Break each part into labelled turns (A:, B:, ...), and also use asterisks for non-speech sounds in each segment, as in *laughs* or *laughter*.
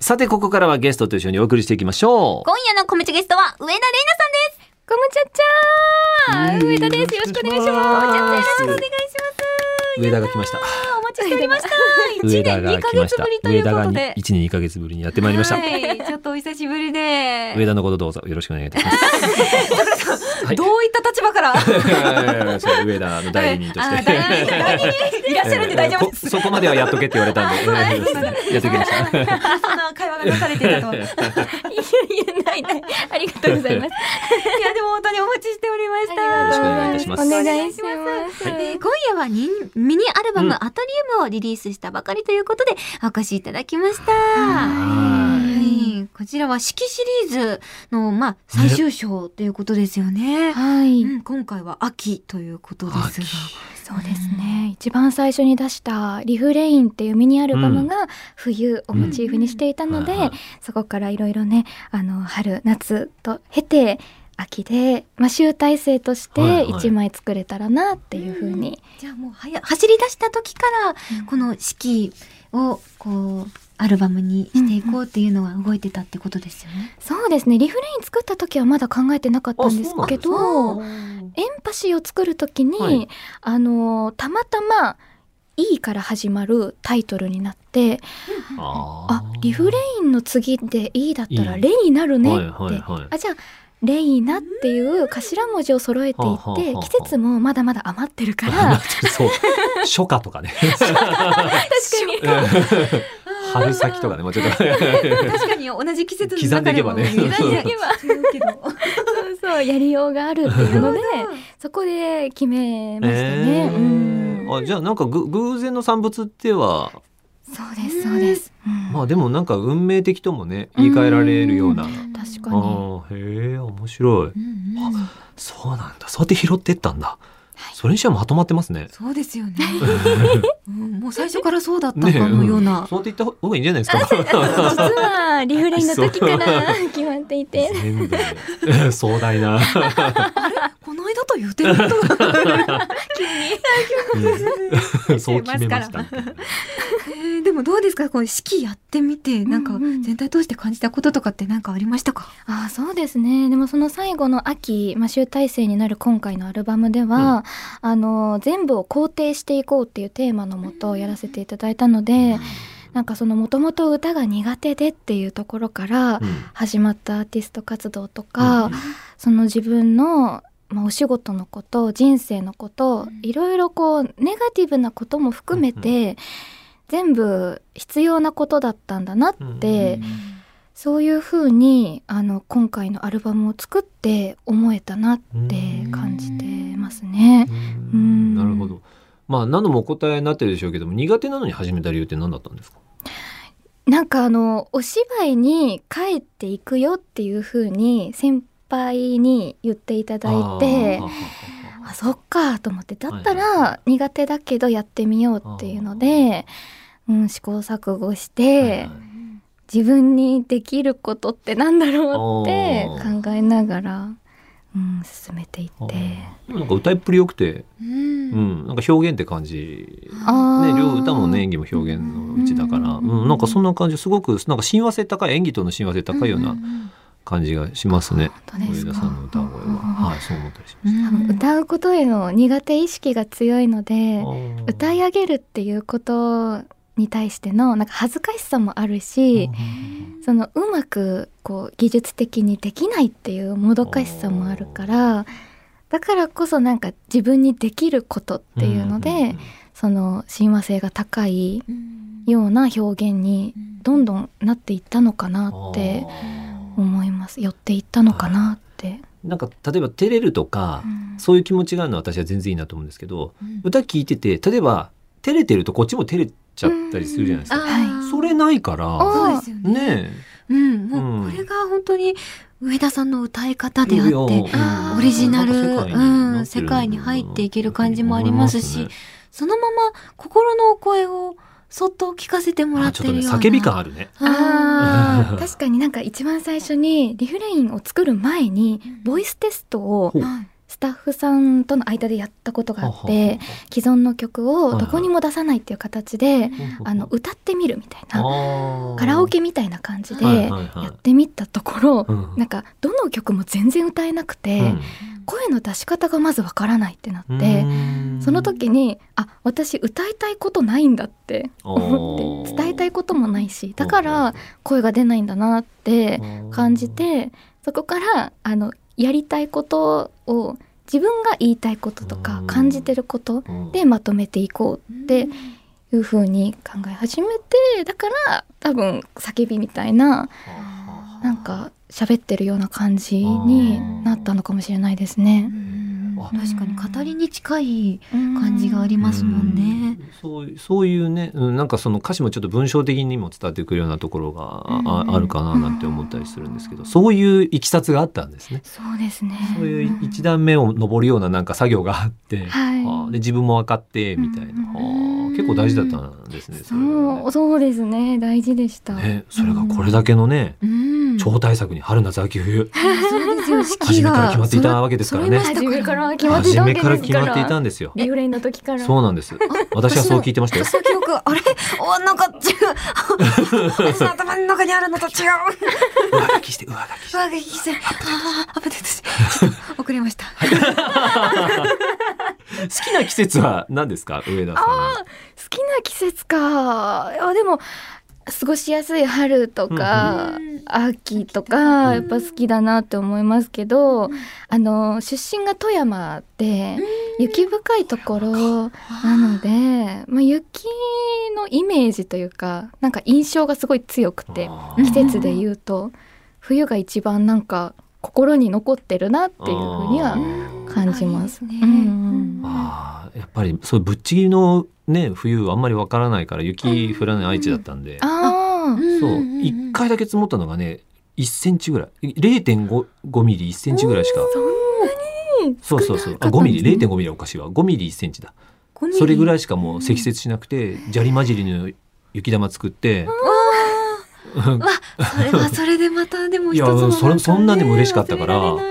A: さて、ここからはゲストと一緒にお送りしていきましょう。
B: 今夜のコムチゲストは上田玲奈さんですコムチャッチャー上田ですよろしくお願いします
A: よろしくお願いします
B: よろしくお願いします
A: 上田が来ました。
B: お待ちしておりました
A: 上
B: 1
A: 田
B: 年
A: が
B: 2ヶ
A: 来まし
B: 月
A: た
B: ぶり。とい
A: 上
B: うこ
A: 田が
B: と
A: 1
B: で
A: 年2ヶ月ぶりにやってまいりました。
B: はいちょっとお久しぶり
A: 上
B: で
A: 田のことどうぞよろしくお願いいたします。はい
B: どういった立場から
A: そう上田の *laughs* 代理人とし
B: あ
A: て。
B: 代理
A: *laughs*
B: 人代理人いらっしゃるんで大丈夫です
A: えーこそこまではやっとけって言われたんで。
B: あそう
A: うん
B: なんです
A: やっときました。
B: そんな会話がなされていたとはいやいやないないありがとうござ
C: *laughs*
B: いますいやでも本当にお待ちしておりました
A: よろしくお願いいたします
C: お願いします。
B: えー今夜はにミニアルバム「アトリウム」をリリースしたばかりということでお越しいただきました。はいこちらは四季シリーズの、まあ、最終章ということですよね。
C: はい、
B: うん、今回は秋ということですが。
C: そうですね。一番最初に出したリフレインっていうミニアルバムが冬をモチーフにしていたので、
A: うんはい
C: そこからいろいろね、あの春夏と経て秋で、まあ集大成とし
A: はいは
C: て
A: い
C: 一枚作れたらなっていうふうに、
B: じゃあもうはや走り出した時からこの四季をこうアルバムにしていこうっていうのは動いてたってことですよね。
C: そうですね。リフレイン作った時はまだ考えてなかったんですけ
A: あそう
C: ど、エンパシーを作る時に、
A: はい
C: あのたまたま E から始まるタイトルになって。あリフレインの次で E だったら
A: いい
C: レになるねって、
A: はいはいはい
C: あじゃあレイナっていう頭文字を揃えてい
A: はあ
C: っ
A: はあ
C: て
A: はあ
C: 季節もまだまだ余ってるか
A: なん
C: ら
A: かそう初夏とかね
B: 確かに。
A: 春先とかねもうちょっと
B: 確かに同じ季節の
A: 刻んで
B: 中で
A: いけ
B: も
A: ばね
B: 刻んでいけば。
C: そう *laughs* そうやりようがあるっていうのでそこで決めま
A: *laughs*
C: したね。
A: えー
C: うん
A: あじゃあなんかぐ偶然の産物っては
C: そうですそ
A: *laughs*
C: うです。うん
A: まあでもなんか運命的ともね言い換えられるような
C: 確
A: あ
C: かに
A: ーへえ面白い
B: うんうん
A: そうなんだそうやって拾ってったんだそれにしてはまとまってます *laughs* ね
B: そうですよね、うんもう最初からそうだったかのような、
A: そうやって言った方がいいんじゃないですか
C: 実はリフレインの時から決まって
A: *laughs*
C: いて
A: 全部壮大な
B: この間と言ってることが
A: *laughs* うんそう決めましたみたいな
B: えーでもどうですかこの式やってみてなんか
C: うんうん
B: 全体通して感じたこととかって何かありましたか、
C: *laughs* ああそうですねでもその最後の秋、まあ、集大成になる今回のアルバムでは、あの全部を肯定していこうっていうテーマのもとやらせていただいたので、なんかそのもともと歌が苦手でっていうところから
A: うん
C: 始まったアーティスト活動とか、
A: うん
C: その自分の、まあ、お仕事のこと人生のこと、いろいろこうネガティブなことも含めて、全部必要なことだったんだなって、
A: うん
C: そういうふうにあの今回のアルバムを作って思えたなって感じてますね。
A: うん
C: うん
A: なるほどまあ何度もお答えになってるでしょうけども苦手なのに始めた理由って何だったんですか
C: なんかあのお芝居に帰っていくよっていうふうに先輩に言っていただいて
A: あーははは
C: あそっかと思ってだったら苦手だけどやってみようっていうので、うん、試行錯誤し
A: ははい
C: て
A: は。い
C: 自分にできることってなんだろうって
A: あー
C: 考えながら、うん、進めていって
A: でもなんか歌いっぷり良くて、
B: うん
A: うん、なんか表現って感じ、ね、
C: あー
A: 両歌もね演技も表現のうちだから、
C: う
A: うんん、なんかそんな感じすごくなんか親和性高い演技との親和性高いよう
B: う
A: なん感じがしますね。
C: 本当です
A: 上田
C: か
A: さんの歌声
C: うんうん
A: は、はい、そう思ったりしま
B: う
A: す。
C: 多分
B: ん
C: 歌うことへの苦手意識が強いので
A: あー
C: 歌い上げるっていうことに対してのなんか恥ずかしさもあるしそのうまくこう技術的にできないっていうもどかしさもあるからだからこそなんか自分にできることっていうので、
A: んんん
C: その親和性が高いような表現にどんどんなっていったのかなって
A: あ
C: 思います寄っていったのかなって。
A: ーなんか例えば照れるとか、
C: うん
A: そういう気持ちがあるのは私は全然いいなと思うんですけど、
B: うん
A: 歌聞いてて例えば照れてるとこっちも照れちゃったりするじゃないですか。
B: あー
A: それないから、
B: そうですよね
A: ね
B: うん、もううんこれが本当に上田さんの歌い
A: え、
B: 方であっ
A: いやうん
B: てオリジナル
A: なんか世界になってる
B: うん世界に入っていける感じもありますし
A: 思いね
B: そのまま心のお声をそっと聞かせてもら
A: あ
B: って
A: ちょっと
B: る
A: ね
B: ような
A: 叫び感あるね。
C: あ
A: う
C: ー *laughs*
A: ん
C: 確かになんか一番最初にリフレインを作る前にボイステストを
A: ほう
B: はい
C: スタッフさんとの間でやったことがあって既存の曲をどこにも出さないっていう形であの歌ってみるみたいなカラオケみたいな感じでやってみたところなんかどの曲も全然歌えなくて声の出し方がまずわからないってなってその時にあ私歌いたいことないんだって思って伝えたいこともないしだから声が出ないんだなって感じてそこからあのやりたいことを自分が言いたいこととか感じてることでまとめていこうっていうふうに考え始めてだから多分叫びみたいななんか喋ってるような感じになったのかもしれないですね。
B: 確かに語りに近い感じがありますもんね。
A: うん、そうそういうね、なんかその歌詞もちょっと文章的にも伝わってくるようなところがあるかななんて思ったりするんですけど、そういういきさつがあったんですね。
C: そうですね。
A: そういう一段目を登るようななんか作業があって、はい、で自分も分かってみたいな、結構大事だったんですね。
C: そうそうですね、大事でした。
A: ね、それがこれだけのね、超大作に春夏秋冬。
B: そうですよ、 *laughs*
A: 初めから決まっていたわけですからね。
C: 初めから決まってい
A: 初めから決まっていたんですよ。
C: ビオレンの時から。
A: そうなんです。私はそう聞いてましたよ。
B: 記憶、あれ、お、なんか違う。
A: *laughs*
B: 私の頭の中にあるのと違う。 *laughs*
A: 上書きして、上書きして。
B: 上書きして。ああ、危ないです。遅れました。
A: 好きな季節は何ですか、上田さん。
C: 好きな季節か。あ、でも。過ごしやすい春とか、うん、秋とかやっぱ好きだなって思いますけど、うん、あの出身が富山で、うん、雪深いところなので、まあ、雪のイメージというかなんか印象がすごい強くて季節で言うと冬が一番なんか心に残ってるなっていうふうには感じます。
A: あやっぱりそうぶっちぎりのね冬あんまりわからないから雪降らない愛知だったんで、そう一回だけ積もったのがね1センチぐらい0.5ミリ1センチぐらいしかそうそうそうあ5ミリ0.5ミリおかしいわ5ミリ1センチだそれぐらいしかもう積雪しなくて砂利混じりの雪玉作って。
B: それはそれでまたでも一つの、
A: ね、そんなでも嬉しかったからだか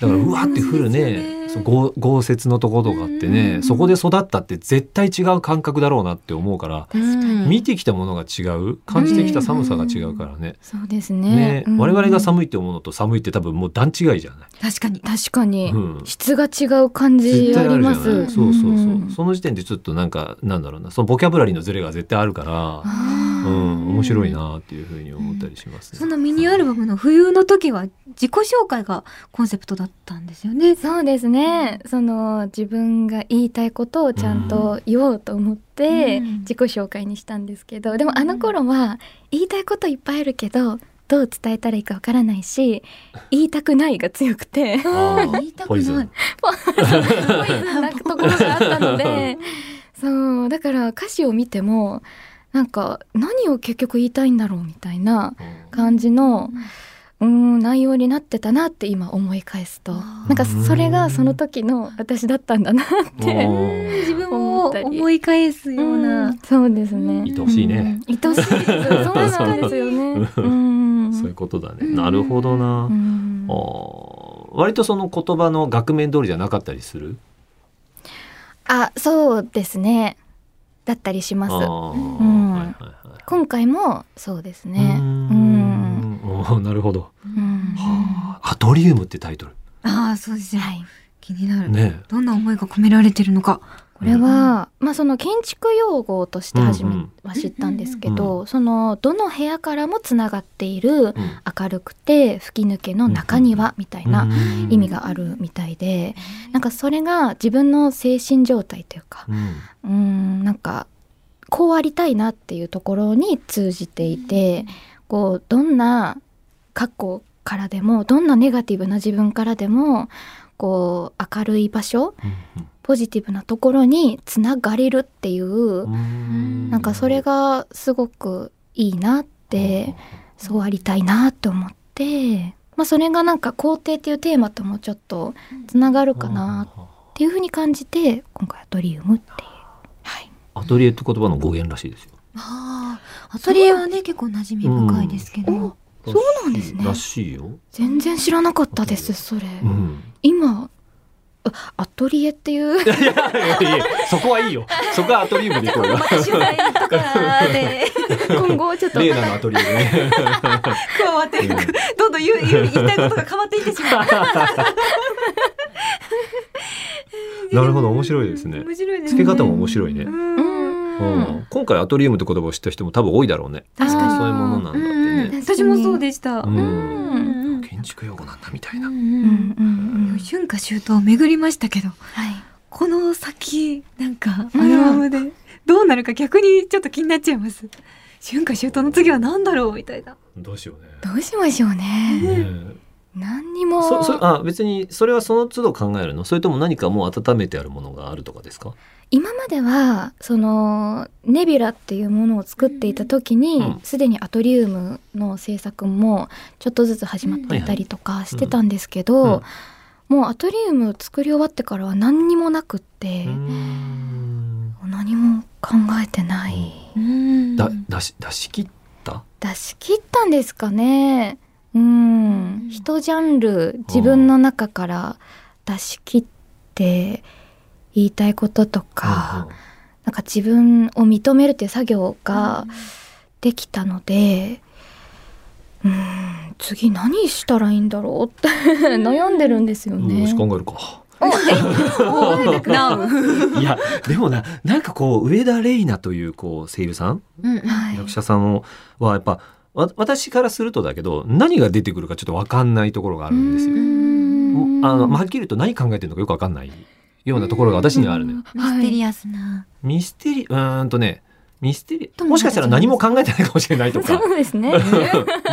A: らうわって降るね豪豪雪のところとかってねそこで育ったって絶対違う感覚だろうなって思うから見てきたものが違う感じてきた寒さが違うからね
C: そうですね
A: 我々が寒いって思うのと寒いって多分もう段違いじゃない
B: 確かに
C: 確かに、質が違う感じあります
A: そうそうそうその時点でちょっとなんかなんだろうなそのボキャブラリーのズレが絶対あるからうん面白いなっていうふうに思ったりします
B: そのミニアルバムの冬の時は自己紹介がコンセプトだったんですよね
C: そうですねね、その自分が言いたいことをちゃんと言おうと思って自己紹介にしたんですけど、うん、でもあの頃は言いたいこといっぱいあるけどどう伝えたらいいかわからないし言いたくないが強く *laughs* て
B: 言いたくないポイズン
C: なところがあったので *laughs* そうだから歌詞を見てもなんか何を結局言いたいんだろうみたいな感じの。うんうん内容になってたなって今思い返すとなんかそれがその時の私だったんだなって
B: 自分を思い返すような
C: そうですね
A: 愛しいね
C: 愛しいそうなんですよね
A: *laughs* そういうことだねなるほどな割とその言葉の額面通りじゃなかったりする
C: あそうですねだったりします今回もそうですねうん
A: おなるほど、はあ、アトリウムってタイトル
B: ああそうですね、気になる、ね、どんな思いが込められてるのか
C: これは、まあその建築用語として初めは知ったんですけど、そのどの部屋からもつながっている明るくて吹き抜けの中庭みたいな意味があるみたいで、うなんかそれが自分の精神状態というか、うん、なんかこうありたいなっていうところに通じていて、こうどんな過去からでもどんなネガティブな自分からでもこう明るい場所、うん、ポジティブなところにつながれるっていううなんかそれがすごくいいなってそうありたいなと思って、まあ、それがなんか肯定っていうテーマともちょっとつながるかなっていうふうに感じて今回アトリウムっていう。はい、
A: アトリエって言葉の語源らしいですよ。
B: ああ、アトリエはね、結構馴染み深いですけど。 *laughs* うん、
C: そうなんですね。
A: らしいよ。
C: 全然知らなかったです、それ。うん、今。アトリエっていう
A: *laughs* いやいやいやそこはいいよそこはアトリウムでいこうよ
B: 取材とかで
C: 今後ちょっと
A: レーナのアトリウム
C: *laughs*
A: ね
B: 加わっていくどんどん言う言う言いたいことが変わっていってしまう。
A: なるほど面白いですね
B: 面白いです
A: 付け方も面白いね、
B: うん
A: うん今回アトリウムって言葉を知った人も多分多いだろうね
B: 確かに
A: そういうものなんだってね
B: うんうん私もそうでした。
A: う
B: うん
A: ん
B: うん
A: 建築用語なんだみたいな、
C: うんうん
B: う
C: うん
B: ん春夏秋冬巡りましたけど
C: はい
B: この先なんかアルバムでどうなるか逆にちょっと気になっちゃいます。春夏秋冬の次は何だろうみたいな。
A: どうしようね
C: どうしましょうね
A: ねえ
C: 何にも
A: そそあ別にそれはその都度考えるのそれとも何かもう温めてあるものがあるとかですか
C: 今まではそのネビュラっていうものを作っていた時
A: うん
C: にすで、にアトリウムの制作もちょっとずつ始まっていたりとかしてたんですけど、
A: うんはいは
C: もうアトリウムを作り終わってからは何にもなくって、
A: うーん
C: 何も考えてない、
A: だ出し出し切った
C: 出し切ったんですかねうん、
B: うん
C: 一ジャンル自分の中から出し切って言いたいこととか、なんか自分を認めるっていう作業
B: *laughs*
C: ができたので、うーん、次何したらいいんだろうって悩んでるんですよ
A: うんうんよ
C: ね
A: し。考える
C: *laughs*
A: か
B: おえてなう。
A: いやでもななんかこう上田玲奈というこう声優さん
C: はい
A: 役者さんをはやっぱわ私からするとだけど何が出てくるかちょっと分かんないところがあるんですよ。
C: うーん
A: あのまあはっきり言うと何考えてるのかよく分かんないようなところが私にはあるのよ。
B: *laughs* ミステリアスな。
A: ミステリうーんとねミステリ
C: とも
A: もしかしたら何も考えてないかもしれないとか。
C: そうですね。え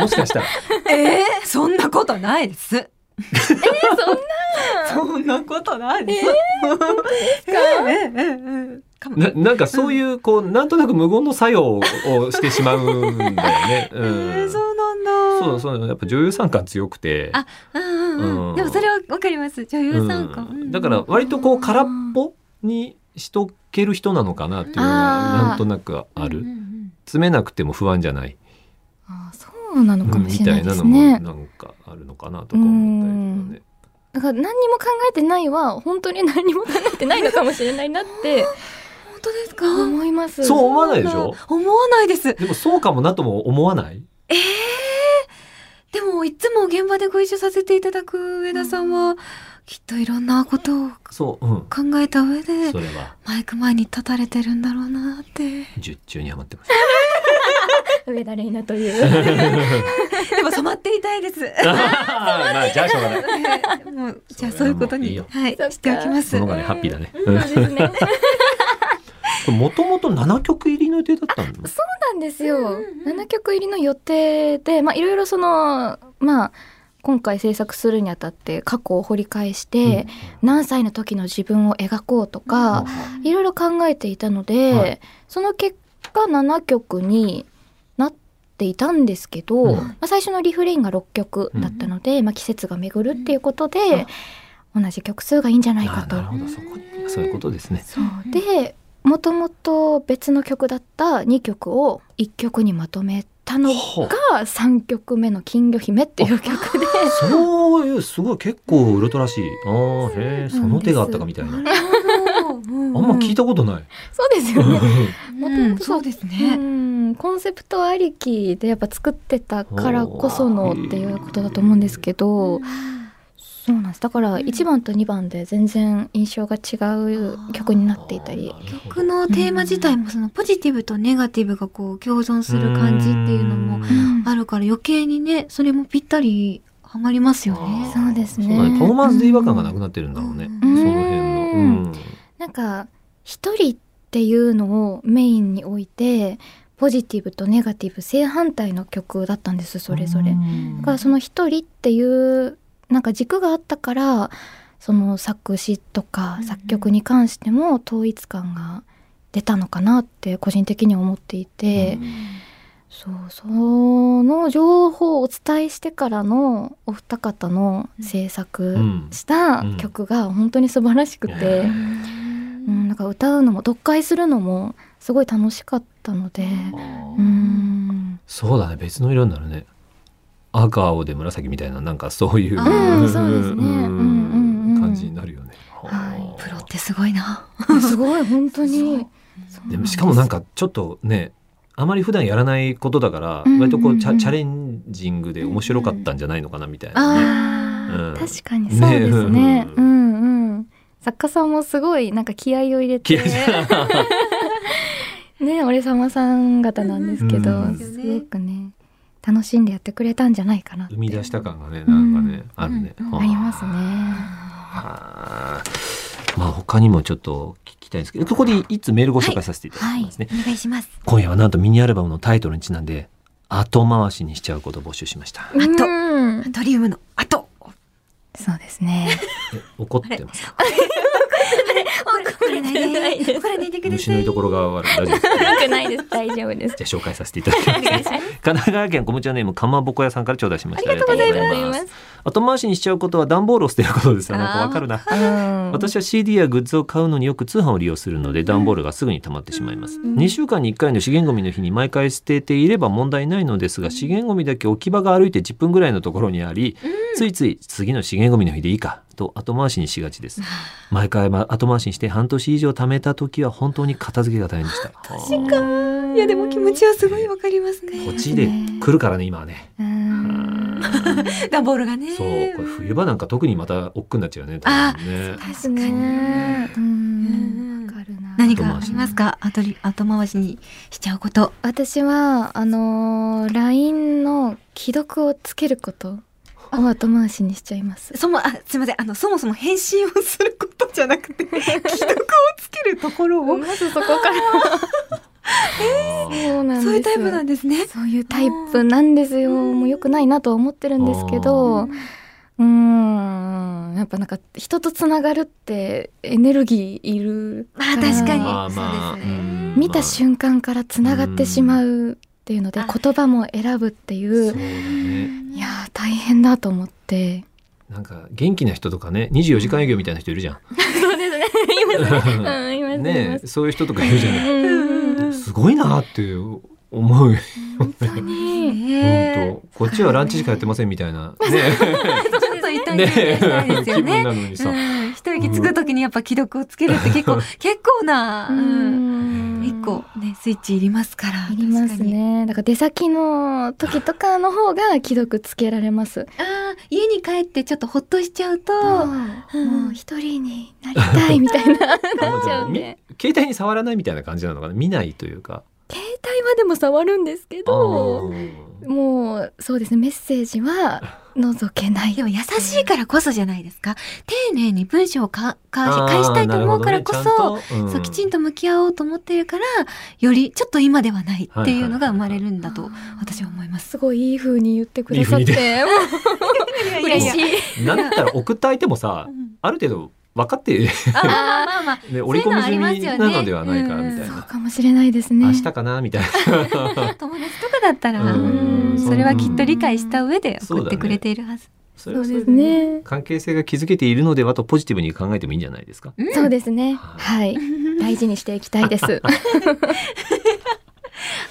A: *laughs* もしかしたら
B: ええそんなことないです。
C: そんな
B: そんなことないです。ええかも
A: ななんかそういうこうなんとなく無言の作用をしてしまうんだよ
C: *laughs*
A: ね。う
B: え
A: ん
B: ー、そうなんだ。
A: そうそうやっぱ女優さん感強くて。
B: あうんうんう
A: うん
B: ん。でもそれはわかります。女優さんか。
A: う
B: うん
A: んだから割とこう空っぽにしとける人なのかなっていうのがなんとなくあ
B: うんう
A: る
B: んうん
A: 詰めなくても不安じゃない
C: あそうなのかも
A: み
C: しれ
A: た
C: ない
A: い
C: で
A: な
C: す
A: のも
C: ね。
A: なんかあるのかなとか思ったりとかね
C: だから何にも考えてないは本当に何にも考えてないのかもしれないなって
B: 本当ですか。
C: 思います。
A: そう思わないでしょ
B: 思わないです。
A: でもそうかもなとも思わない
B: ええでもいつも現場でご一緒させていただく上田さんは、きっといろんなことを
A: そううん
B: 考えた上で
A: それは
B: マイク前に立たれてるんだろうなって。
A: 十中に余ってま
C: 上田玲奈
A: *laughs*
C: という。
B: でも染まっていたいです。
A: す *laughs* まあじゃあしょうがない
B: もうじゃあ
A: そ
B: そ
A: れ
B: ういう
A: は
B: こと
A: もういい
B: に
A: よ
B: はい
C: そっか
B: しておきます。
A: その方
B: は
A: がねハッピーだね
C: うんそうですね。
A: もともと7曲入りの予定だったんだ
C: なんですよ、
B: うんうんうん
C: 7曲入りの予定でまあいろいろそのまあ今回制作するにあたって過去を掘り返して、何歳の時の自分を描こうとか、いろいろ考えていたので、
A: はい
C: その結果7曲になっていたんですけど、
A: うん
C: まあ、最初の「リフレイン」が6曲だったので、まあ、季節が巡るっていうことで、同じ曲数がいいんじゃない
A: あ
C: かと
A: なる。ほどそこにそういうことですね
C: そうでもともと別の曲だった2曲を1曲にまとめたのが
A: ほう
C: 3曲目の「金魚姫」っていう曲で
A: そういうすごい結構ウルトラしい。ああへえその手があったかみたいな。
B: なるほど。うん
A: あんま聞いたことない。
C: *laughs* そうですよね。
B: う
C: もと
B: ん
C: もと
B: そうです
C: う
B: ね。
C: んコンセプトありきでやっぱ作ってたからこそのっていうことだと思うんですけどそうなんですだから1番と2番で全然印象が違う曲になっていたり
B: 曲のテーマ自体もそのポジティブとネガティブがこう共存する感じっていうのも
C: うん
B: あるから余計にねそれもぴったりはまりますよね。
C: そうですね
A: そうだパフォーマンスで違和感がなくなってるんだろうね。
B: うん
A: その辺の。うん
C: なんか一人っていうのをメインに置いてポジティブとネガティブ正反対の曲だったんですそれぞれ。だからその一人っていうなんか軸があったからその作詞とか
B: うん
C: 作曲に関しても統一感が出たのかなって個人的には思っていて、そうその情報をお伝えしてからのお二方の制
A: う
C: 作
A: ん
C: した曲が本当に素晴らしくて。
A: うん
C: うん、なんか歌うのも読解するのもすごい楽しかったので、
A: あ
C: う
A: ー
C: *laughs* ん、
A: そうだね別の色になるね。赤青で紫みたいななんかそういう
B: うん
C: そうですねうんうんうん
A: 感じになるよね。
C: は
B: すごいな。
C: すごい本当に。
A: でもしかもなんかちょっとねあまり普段やらないことだから、割とこうチャチャレンジングで面白かったんじゃないのかなみたいなね。
C: あ
A: うん
C: ー確かにそうですね
A: ね。
C: う
A: うん
C: うん。作家さんもすごいなんか気合を入れ
A: 気
C: て
A: 合いじゃない
C: ね俺様さん方なんですけど、
A: うん
C: すごくね楽しんでやってくれたんじゃないかなって
A: *laughs* 生み出した感がねなんかね、
C: うん
A: あるね。
B: うん
A: は
C: ありますね。
A: はあまあ他にもちょっと聞きたいんですけどここでいつメールご紹介させていただ
B: は
A: き
B: い、
A: ますね。
B: お願いします。
A: 今夜はなんとミニアルバムのタイトルにちなんで後回しにしちゃうことを募集しました。
B: と
C: うん
B: ドリウムの
C: *laughs*
B: 後。
C: そうですね。
A: え怒ってます。
B: 怒らないで、怒らないでくだ
A: 虫
B: さ
A: の
B: い
A: 居。所が悪い。大丈夫です
C: 悪くないです。大丈夫です。
A: じゃあ紹介させていただきます。神奈川県小むちゃんネームかまぼこ屋さんから頂戴しました。 *laughs* ありがとうございます。後回しにしちゃうことは段ボールを捨てることです。あなんかわかるな。
C: うん
A: 私は CD やグッズを買うのによく通販を利用するので段ボールがすぐに溜まってしまいます、2週間に1回の資源ゴミの日に毎回捨てていれば問題ないのですが資源ゴミだけ置き場が歩いて10分ぐらいのところにあり、ついつい次の資源ゴミの日でいいかと後回しにしがちです毎回ま後回しにして半年以上貯めた時は本当に片付けが大変でした確か
B: いやでも気持ちはすごいわかりますね。
A: こっちで来るからね今はね
C: うん
B: ダンボールがね。
A: そうこれ冬場なんか特にまた億劫になっちゃうよね多分ね
B: 確
C: です
B: かに。
C: ね。うん
B: うん
C: わかるな。
B: 何かありますか後に後回しにしちゃうこと。
C: 私はあのー LINE の既読をつけることを後回しにしちゃいます。
B: そもあすみませんあのそもそも返信をすることじゃなくて既読をつけるところを、
C: まずそこから。そうなんですよ
B: そういうタイプなんですね。
C: そういうタイプなんですよ。もう良くないなとは思ってるんですけど、うーん、やっぱなんか人とつながるってエネルギーいる
B: まあ確かに
A: まあまあ
B: そうですね
A: うん
C: 見た瞬間からつながってしまうっていうので
B: うん
C: 言葉も選ぶってい
A: そう
C: う
A: だね
C: いやー大変だと思って
A: なんか元気な人とかね24時間営業みたいな人いるじゃん。
C: そうですねいますいます
A: ねえそういう人とかいるじゃない。
C: 本
A: すごいなって思うよ
C: 当に
A: 本当。こっちはランチしかやってませんみたいなね
B: 当ちょっと痛いね
A: ね
B: したいですよ
A: 気分な
B: ね。
A: のに
B: う
A: さ。
B: ん、一息つくときにやっぱ既読をつけるって結構結構な、うん、一個ねスイッチいりますから。
C: いりますねだから出先の時とかの方が既読つけられます
B: 確かに。ああ家に帰ってちょっとほっとしちゃうと、うん
C: もう一人になりたいみたい
B: *laughs*
C: な携
A: もうじゃあ
C: そう
A: み
C: ね
A: 携帯に触らないみたいな感じなのかな見ないというか。
C: 帯はでも触るんですけど
A: うん
C: もうそうですねメッセージは覗けない
B: でも優しいからこそじゃないですか。丁寧に文章をかか返したいと思うからこ
A: あーなるほ
B: そ、
A: どねちゃんと
B: そうきちんと向き合おうと思ってるからよりちょっと今ではないっていうのが生まれるんだと私は思います。
C: すごいいい風に言ってくださっ
A: いい風に
C: てもう嬉し
B: い。
C: い
A: うんなんだったら送った相手もさある程度分か
B: *laughs*
A: って
B: あーまあまあ
A: ね折り込み済みなのではないからみたい
C: そう
A: な。
C: かもしれないですね
A: 明日かなみたいな。
B: 友達とかだったら、
A: うん
B: それはきっと理解した上で送ってくれているはず。
A: それ
C: そ
A: は
C: う
A: それで
C: で
A: す
C: ね
A: 関係性が築けているのではとポジティブに考えてもいいんじゃないですか。
C: そうですねは
A: はい
B: *laughs*
C: 大事にしていきたいです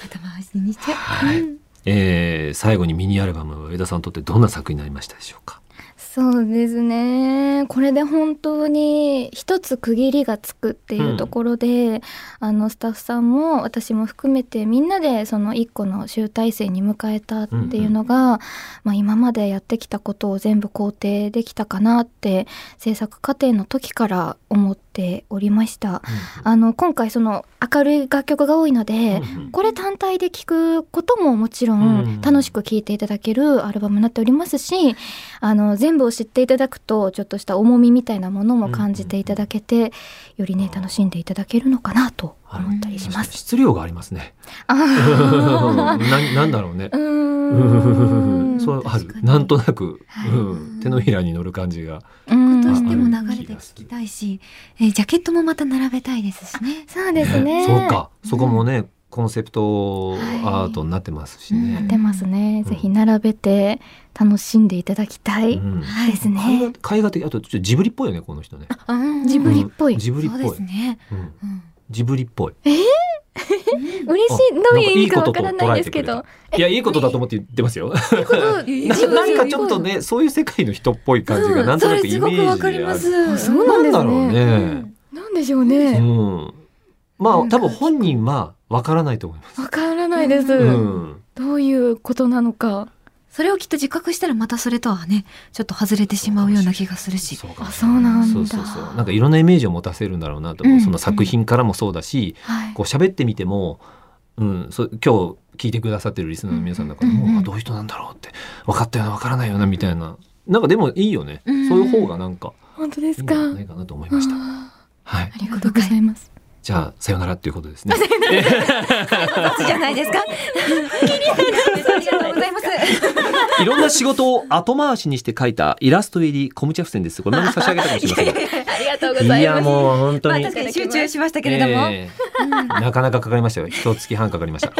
B: 頭回しにしちゃう。
A: はいえー最後にミニアルバムは上田さんにとってどんな作品になりましたでしょうか。
C: *laughs* そうですねこれで本当に一つ区切りがつくっていうところで、あのスタッフさんも私も含めてみんなでその一個の集大成に迎えたっていうのが、まあ、今までやってきたことを全部肯定できたかなって制作過程の時から思っておりました。あの今回その明るい楽曲が多いので、
A: うん
C: これ単体で聴くことももちろ
A: うん
C: ん楽しく聴いていただけるアルバムになっておりますしあの全部を知っていただくとちょっとした重みみたいなものも感じていただけてよりね楽しんでいただけるのかなと思ったりします。
A: 質量がありま
B: *laughs*
A: すね。
C: あ
A: ななんだろうね
C: *laughs* ーう。ーん
A: *laughs* そうあ
B: 確か
A: る。
B: に
A: なんとなく、うん
B: はい
A: 手のひらに乗る感じが。
C: うん
B: どうしても流れて聞きたいし、えージャケットもまた並べたいですしね。
C: そうですね。
A: そうか。そこもね、コンセプトアートになってますし
B: は
A: ね
B: い。
C: 出ますね。
A: うん
C: ぜひ並べて楽しんでいただきたい
A: うん
C: です
A: 絵画
C: ね。
A: 絵画的あとちょっとジブリっぽいよねこの人ね。
B: うん
C: ジブリっぽい
A: うんジブリっぽ
B: そう
A: い
B: です。ね。
A: うん
B: うん
A: ジブリっぽい。
C: 嬉しい
A: あ
C: どういう意味か
A: なんかいいこと
C: わ
A: と
C: からないですけ
A: 捉え
C: ど。
A: いやいいことだと思って言ってますよ。 *laughs*
B: い
A: な
B: や
A: なんかちょっとねそういう世界の人っぽい感じがなんとなくイメージである。
B: うんそれすごくわかります。
A: なんだろうね。
B: なん
C: なんでしょうね。
A: うん、まあ多分本人はわからないと思います。
C: わからないです、
A: うん、
C: どういうことなのか。
B: それをきっと自覚したらまたそれとはね、ちょっと外れてしまうような気がするし。
A: そうかもしれい
C: そうなんだ
A: そうそうそうなんかいろんなイメージを持たせるんだろうなと思う、
B: うん
A: その作品からもそうだし、
C: はい。
A: こう喋ってみても、うん、そう今日聞いてくださってるリスナーの皆さんの中でも、
B: うんうん
A: あどういう人なんだろうって分かったような分からないようなみたいななんかでもいいよね、
B: うん
A: そういう方がなんか
C: 本当で
A: い
C: す
A: いん
C: か。
A: じゃ
C: あ
A: ないかなと思いました。はい
C: ーありがとうございます。
A: じゃあさよならっていうことですね。
B: 罰じゃないですか。ありがとうござい
A: *laughs*
B: ます。
A: いろんな仕事を後回しにして書いたイラスト入りコムチャ付箋です。これまで差し上げたかもしれ
B: *laughs*
A: ませんが。
C: ありがとう
A: いやもう本当
B: まあ
A: に。
B: 確かに集中しましたけれども、
A: ええなかなかかかりましたよ。一月半かかりました。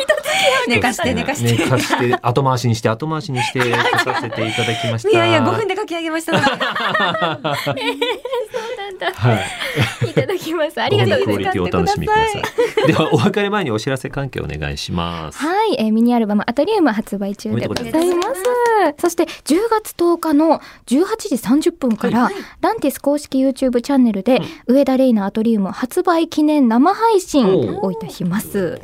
B: 寝かして寝かして。
A: 寝かして後回しにして後回しにして書かせていただきました。
B: いやいや5分で書き上げましたか
A: *laughs*
B: ら。
A: はい。
C: いただきます。あ
A: あ
C: りがとうござ
A: ク
C: います。
A: オリティをお楽しみくださ
B: *laughs*
A: い。ではお別れ前にお知らせ関係お願いします。
C: はい、えーミニアルバム「アトリウム」発売中でござい
B: おめでとうご
C: ま
B: ざいます
C: そして10月10日の18時30分から、
B: はい
C: ランティス公式 YouTube チャンネルで「上田玲奈アトリウム」発売記念生配信をいたします。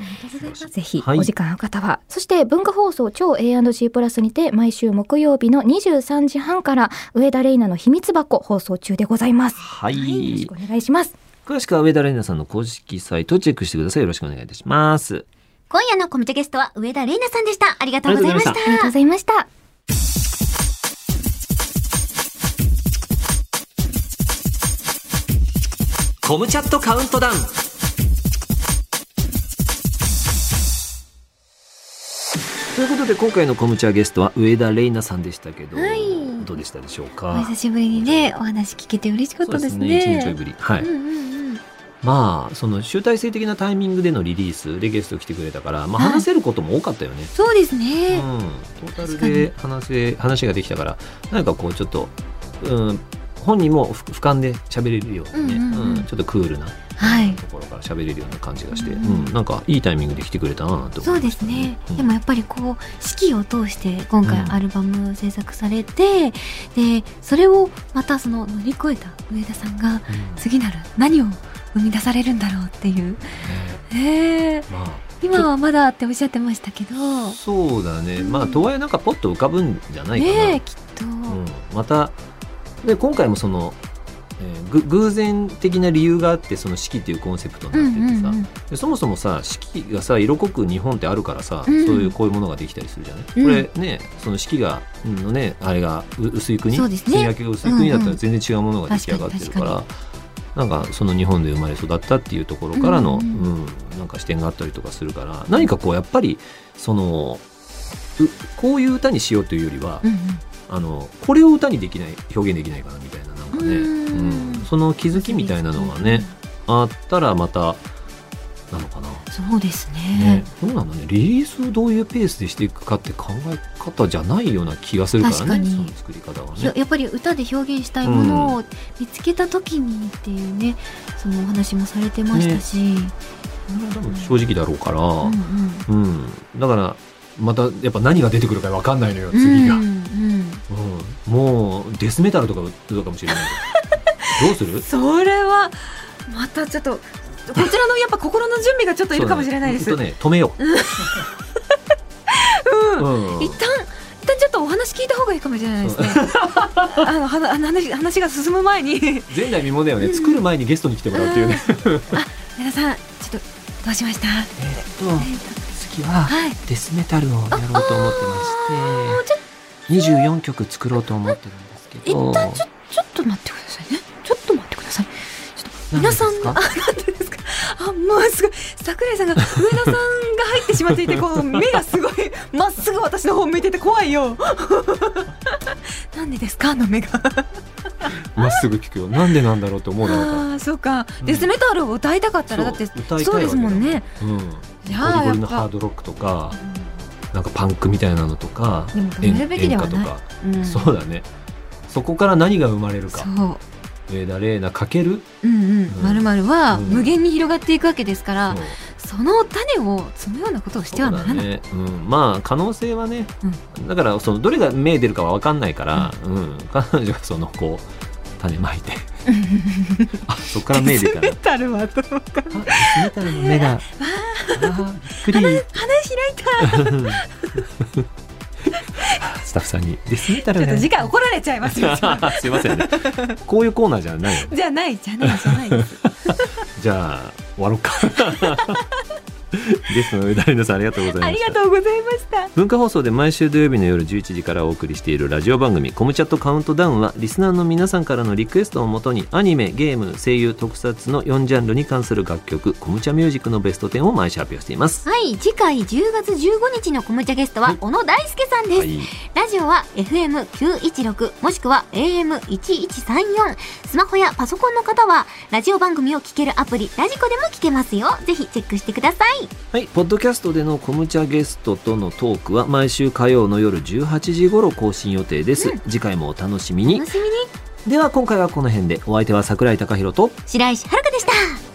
C: ぜひ
A: はい
C: お時間ある方は、そして文化放送超 A&C プラスにて毎週木曜日の23時半から上田玲奈の秘密箱放送中でございます、
A: は
C: はい、よろし
A: い
C: く。お願いします
A: 詳しくは上田玲奈さんの公式サイトをチェックしてください。よろしくお願いいたします。
B: 今夜のコムチャゲストは上田玲奈さんでした。ありがとうございました
A: ありがとうございま。
C: ありがとうございました
A: コムチャットカウントダウン。ということで今回のコムチャゲストは上田玲奈さんでしたけど、
B: はい
A: どうでしたでしょう
B: お
A: か
B: 久。しぶりにね、お話聞けて嬉しかったですね。
A: 一年ちょいぶり。はい。
B: うんうんうん。
A: まあその集大成的なタイミングでのリリースでゲスト来てくれたから、まあ
B: はい
A: 話せることも多かったよね。
B: そうです
A: う
B: ね。
A: ん。トータルで話せ話ができたから、なんかこうちょっと、うん、本人もふ俯瞰で喋れるようなね、
B: うんうんうん
A: ちょっとクールな。
B: はい。
A: ところから喋れるような感じがして、う
B: うん
A: んなんかいいタイミングで来てくれたなと思いました
B: そうですね、
A: うん
B: でもやっぱりこう四季を通して今回
A: うん
B: アルバムを制作されて、でそれをまたその乗り越えた上田さんが
A: うん
B: 次なる何を生み出されるんだろうっていう、
A: ね
B: ねえ
A: ま
B: 今はまだっておっしゃってましたけど
A: あそうだね、まあとはいえなんかポッと浮かぶんじゃないかな、
B: ねえきっと、
A: うん、またで今回もその、えーぐ偶然的な理由があってその四季っていうコンセプトに
B: うん
A: なっててさ、
B: うんうん
A: でそもそもさ四季がさ色濃く日本ってあるからさ、
B: うん
A: そういうこういうものができたりするじゃない、
B: うん
A: これねその四季がのねあれがう薄い国
B: そうですね
A: 梅雨明けが薄い国だった
B: うんう
A: ら
B: ん
A: 全然違うものが出来上がってるから。
B: 確
A: なんかその日本で生まれ育ったっていうところからの、
B: う
A: うんんなんか視点があったりとかするから何かこうやっぱりそのうこういう歌にしようというよりは、
B: うんうん
A: あのこれを歌にできない表現できないかなみたいななんかね、
B: うん
A: うんその気づきみたいなのがねあったらまたなのかな、
B: そうですね
A: ね、どうなんだねリリースをどういうペースでしていくかって考え方じゃないような気がするから
B: 確か
A: ね
B: に
A: その作り方が
B: や
A: ね。
B: やっぱり歌で表現したいものを見つけた時にっていうね、そのお話もされてましたし、
A: 多分正直だろうから、
B: うん
A: う
B: うん
A: んだからまたやっぱ何が出てくるか分かんないの
B: う
A: よ
B: ん
A: 次が、
B: う
A: うん
B: ん
A: もうデスメタルとか歌うかもしれない
B: *laughs*
A: どうする
B: それはまたちょっとこちらのやっぱ心の準備がちょっといるかもしれないです。
A: そううだね、ほんとね止めよう、
B: ん、
A: うん
B: 一旦一旦ちょっとお話聞いた方がいいかもしれない
A: *laughs*
B: ですね。あのはなあの話話が進む前に
A: 前代未聞だよね、作る前にゲストに来てもらう
B: *laughs*
A: っていうね、
B: 皆さんちょっとどうしました。
A: えっと次は
B: はい。
A: デスメタルをやろうと思ってまして24曲作ろうと思ってるんですけど
B: 一旦ちょちょっと待ってくださいね。ちょっと待ってください。ちょっと
A: 何で
B: 皆
A: すか
B: さんのあなんていうんですか。あもうすごい桜井さんが上田さんが入ってしまっていてこう目がすごいまっすぐ私の方向いてて怖いよ。なんでですかあの目が。
A: まっすぐ聞くよなんでなんだろうと思うだろうか
B: ああそうか。
A: うん
B: デスメタルを歌いたかったらだ
A: ら
B: って
A: そう歌いたいわけ
B: そうですもんね。
A: だもん、うん、
B: いやー
A: ゴリゴリ
B: や
A: の
B: っぱ
A: ハードロックとかなんかパンクみたいなのとか
B: でも止めるべきではない
A: 演歌とか、
B: うん
A: そうだねそこから何が生まれる
B: そ
A: か
B: う。
A: 上田玲奈かける
B: うんうん
A: う。ん
B: まるまるは
A: うん
B: 無限に広がっていくわけですから
A: そう、
B: その種を摘むようなことをしてはならない。
A: そうだねうん、まあ可能性はね、
B: *laughs*
A: だからそのどれが目出るかは分かんないから、うん彼女がそのこう種まいてあそこから目出た
D: メタルはどうか
A: あデスメタルの目が。あーびっ
B: *laughs*
A: くり。
D: 花開いたち
A: スタッフさんにデスメタル
D: ょっと
A: ね。
D: 次回怒られちゃいますよ
A: *laughs* すいませんね。こういうコーナーじゃないの。
D: じゃないじゃないじゃない
A: *laughs*
D: です
A: じゃあ終わろうか。 *laughs* ですのでダリナさんありがとうございま
D: あり
A: した
D: が。とうございました
A: 文化放送で毎週土曜日の夜11時からお送りしているラジオ番組「コムチャットカウントダウン」はリスナーの皆さんからのリクエストをもとにアニメゲーム声優特撮の4ジャンルに関する楽曲「コムチャミュージック」のベスト10を毎週発表しています。
B: はい、次回10月15日のコムチャゲストは小野大輔さんです。
A: い、
B: ラジオは FM916 もしくは AM1134 スマホやパソコンの方はラジオ番組を聞けるアプリラジコでも聞けますよぜひチェックしてください
A: はい、ポッドキャストでのコムチャゲストとのトークは毎週火曜の夜18時頃更新予定です。次回もお楽しみに
B: 楽。しみに
A: では今回はこの辺でお相手は桜井貴博と
B: 白石遥香でした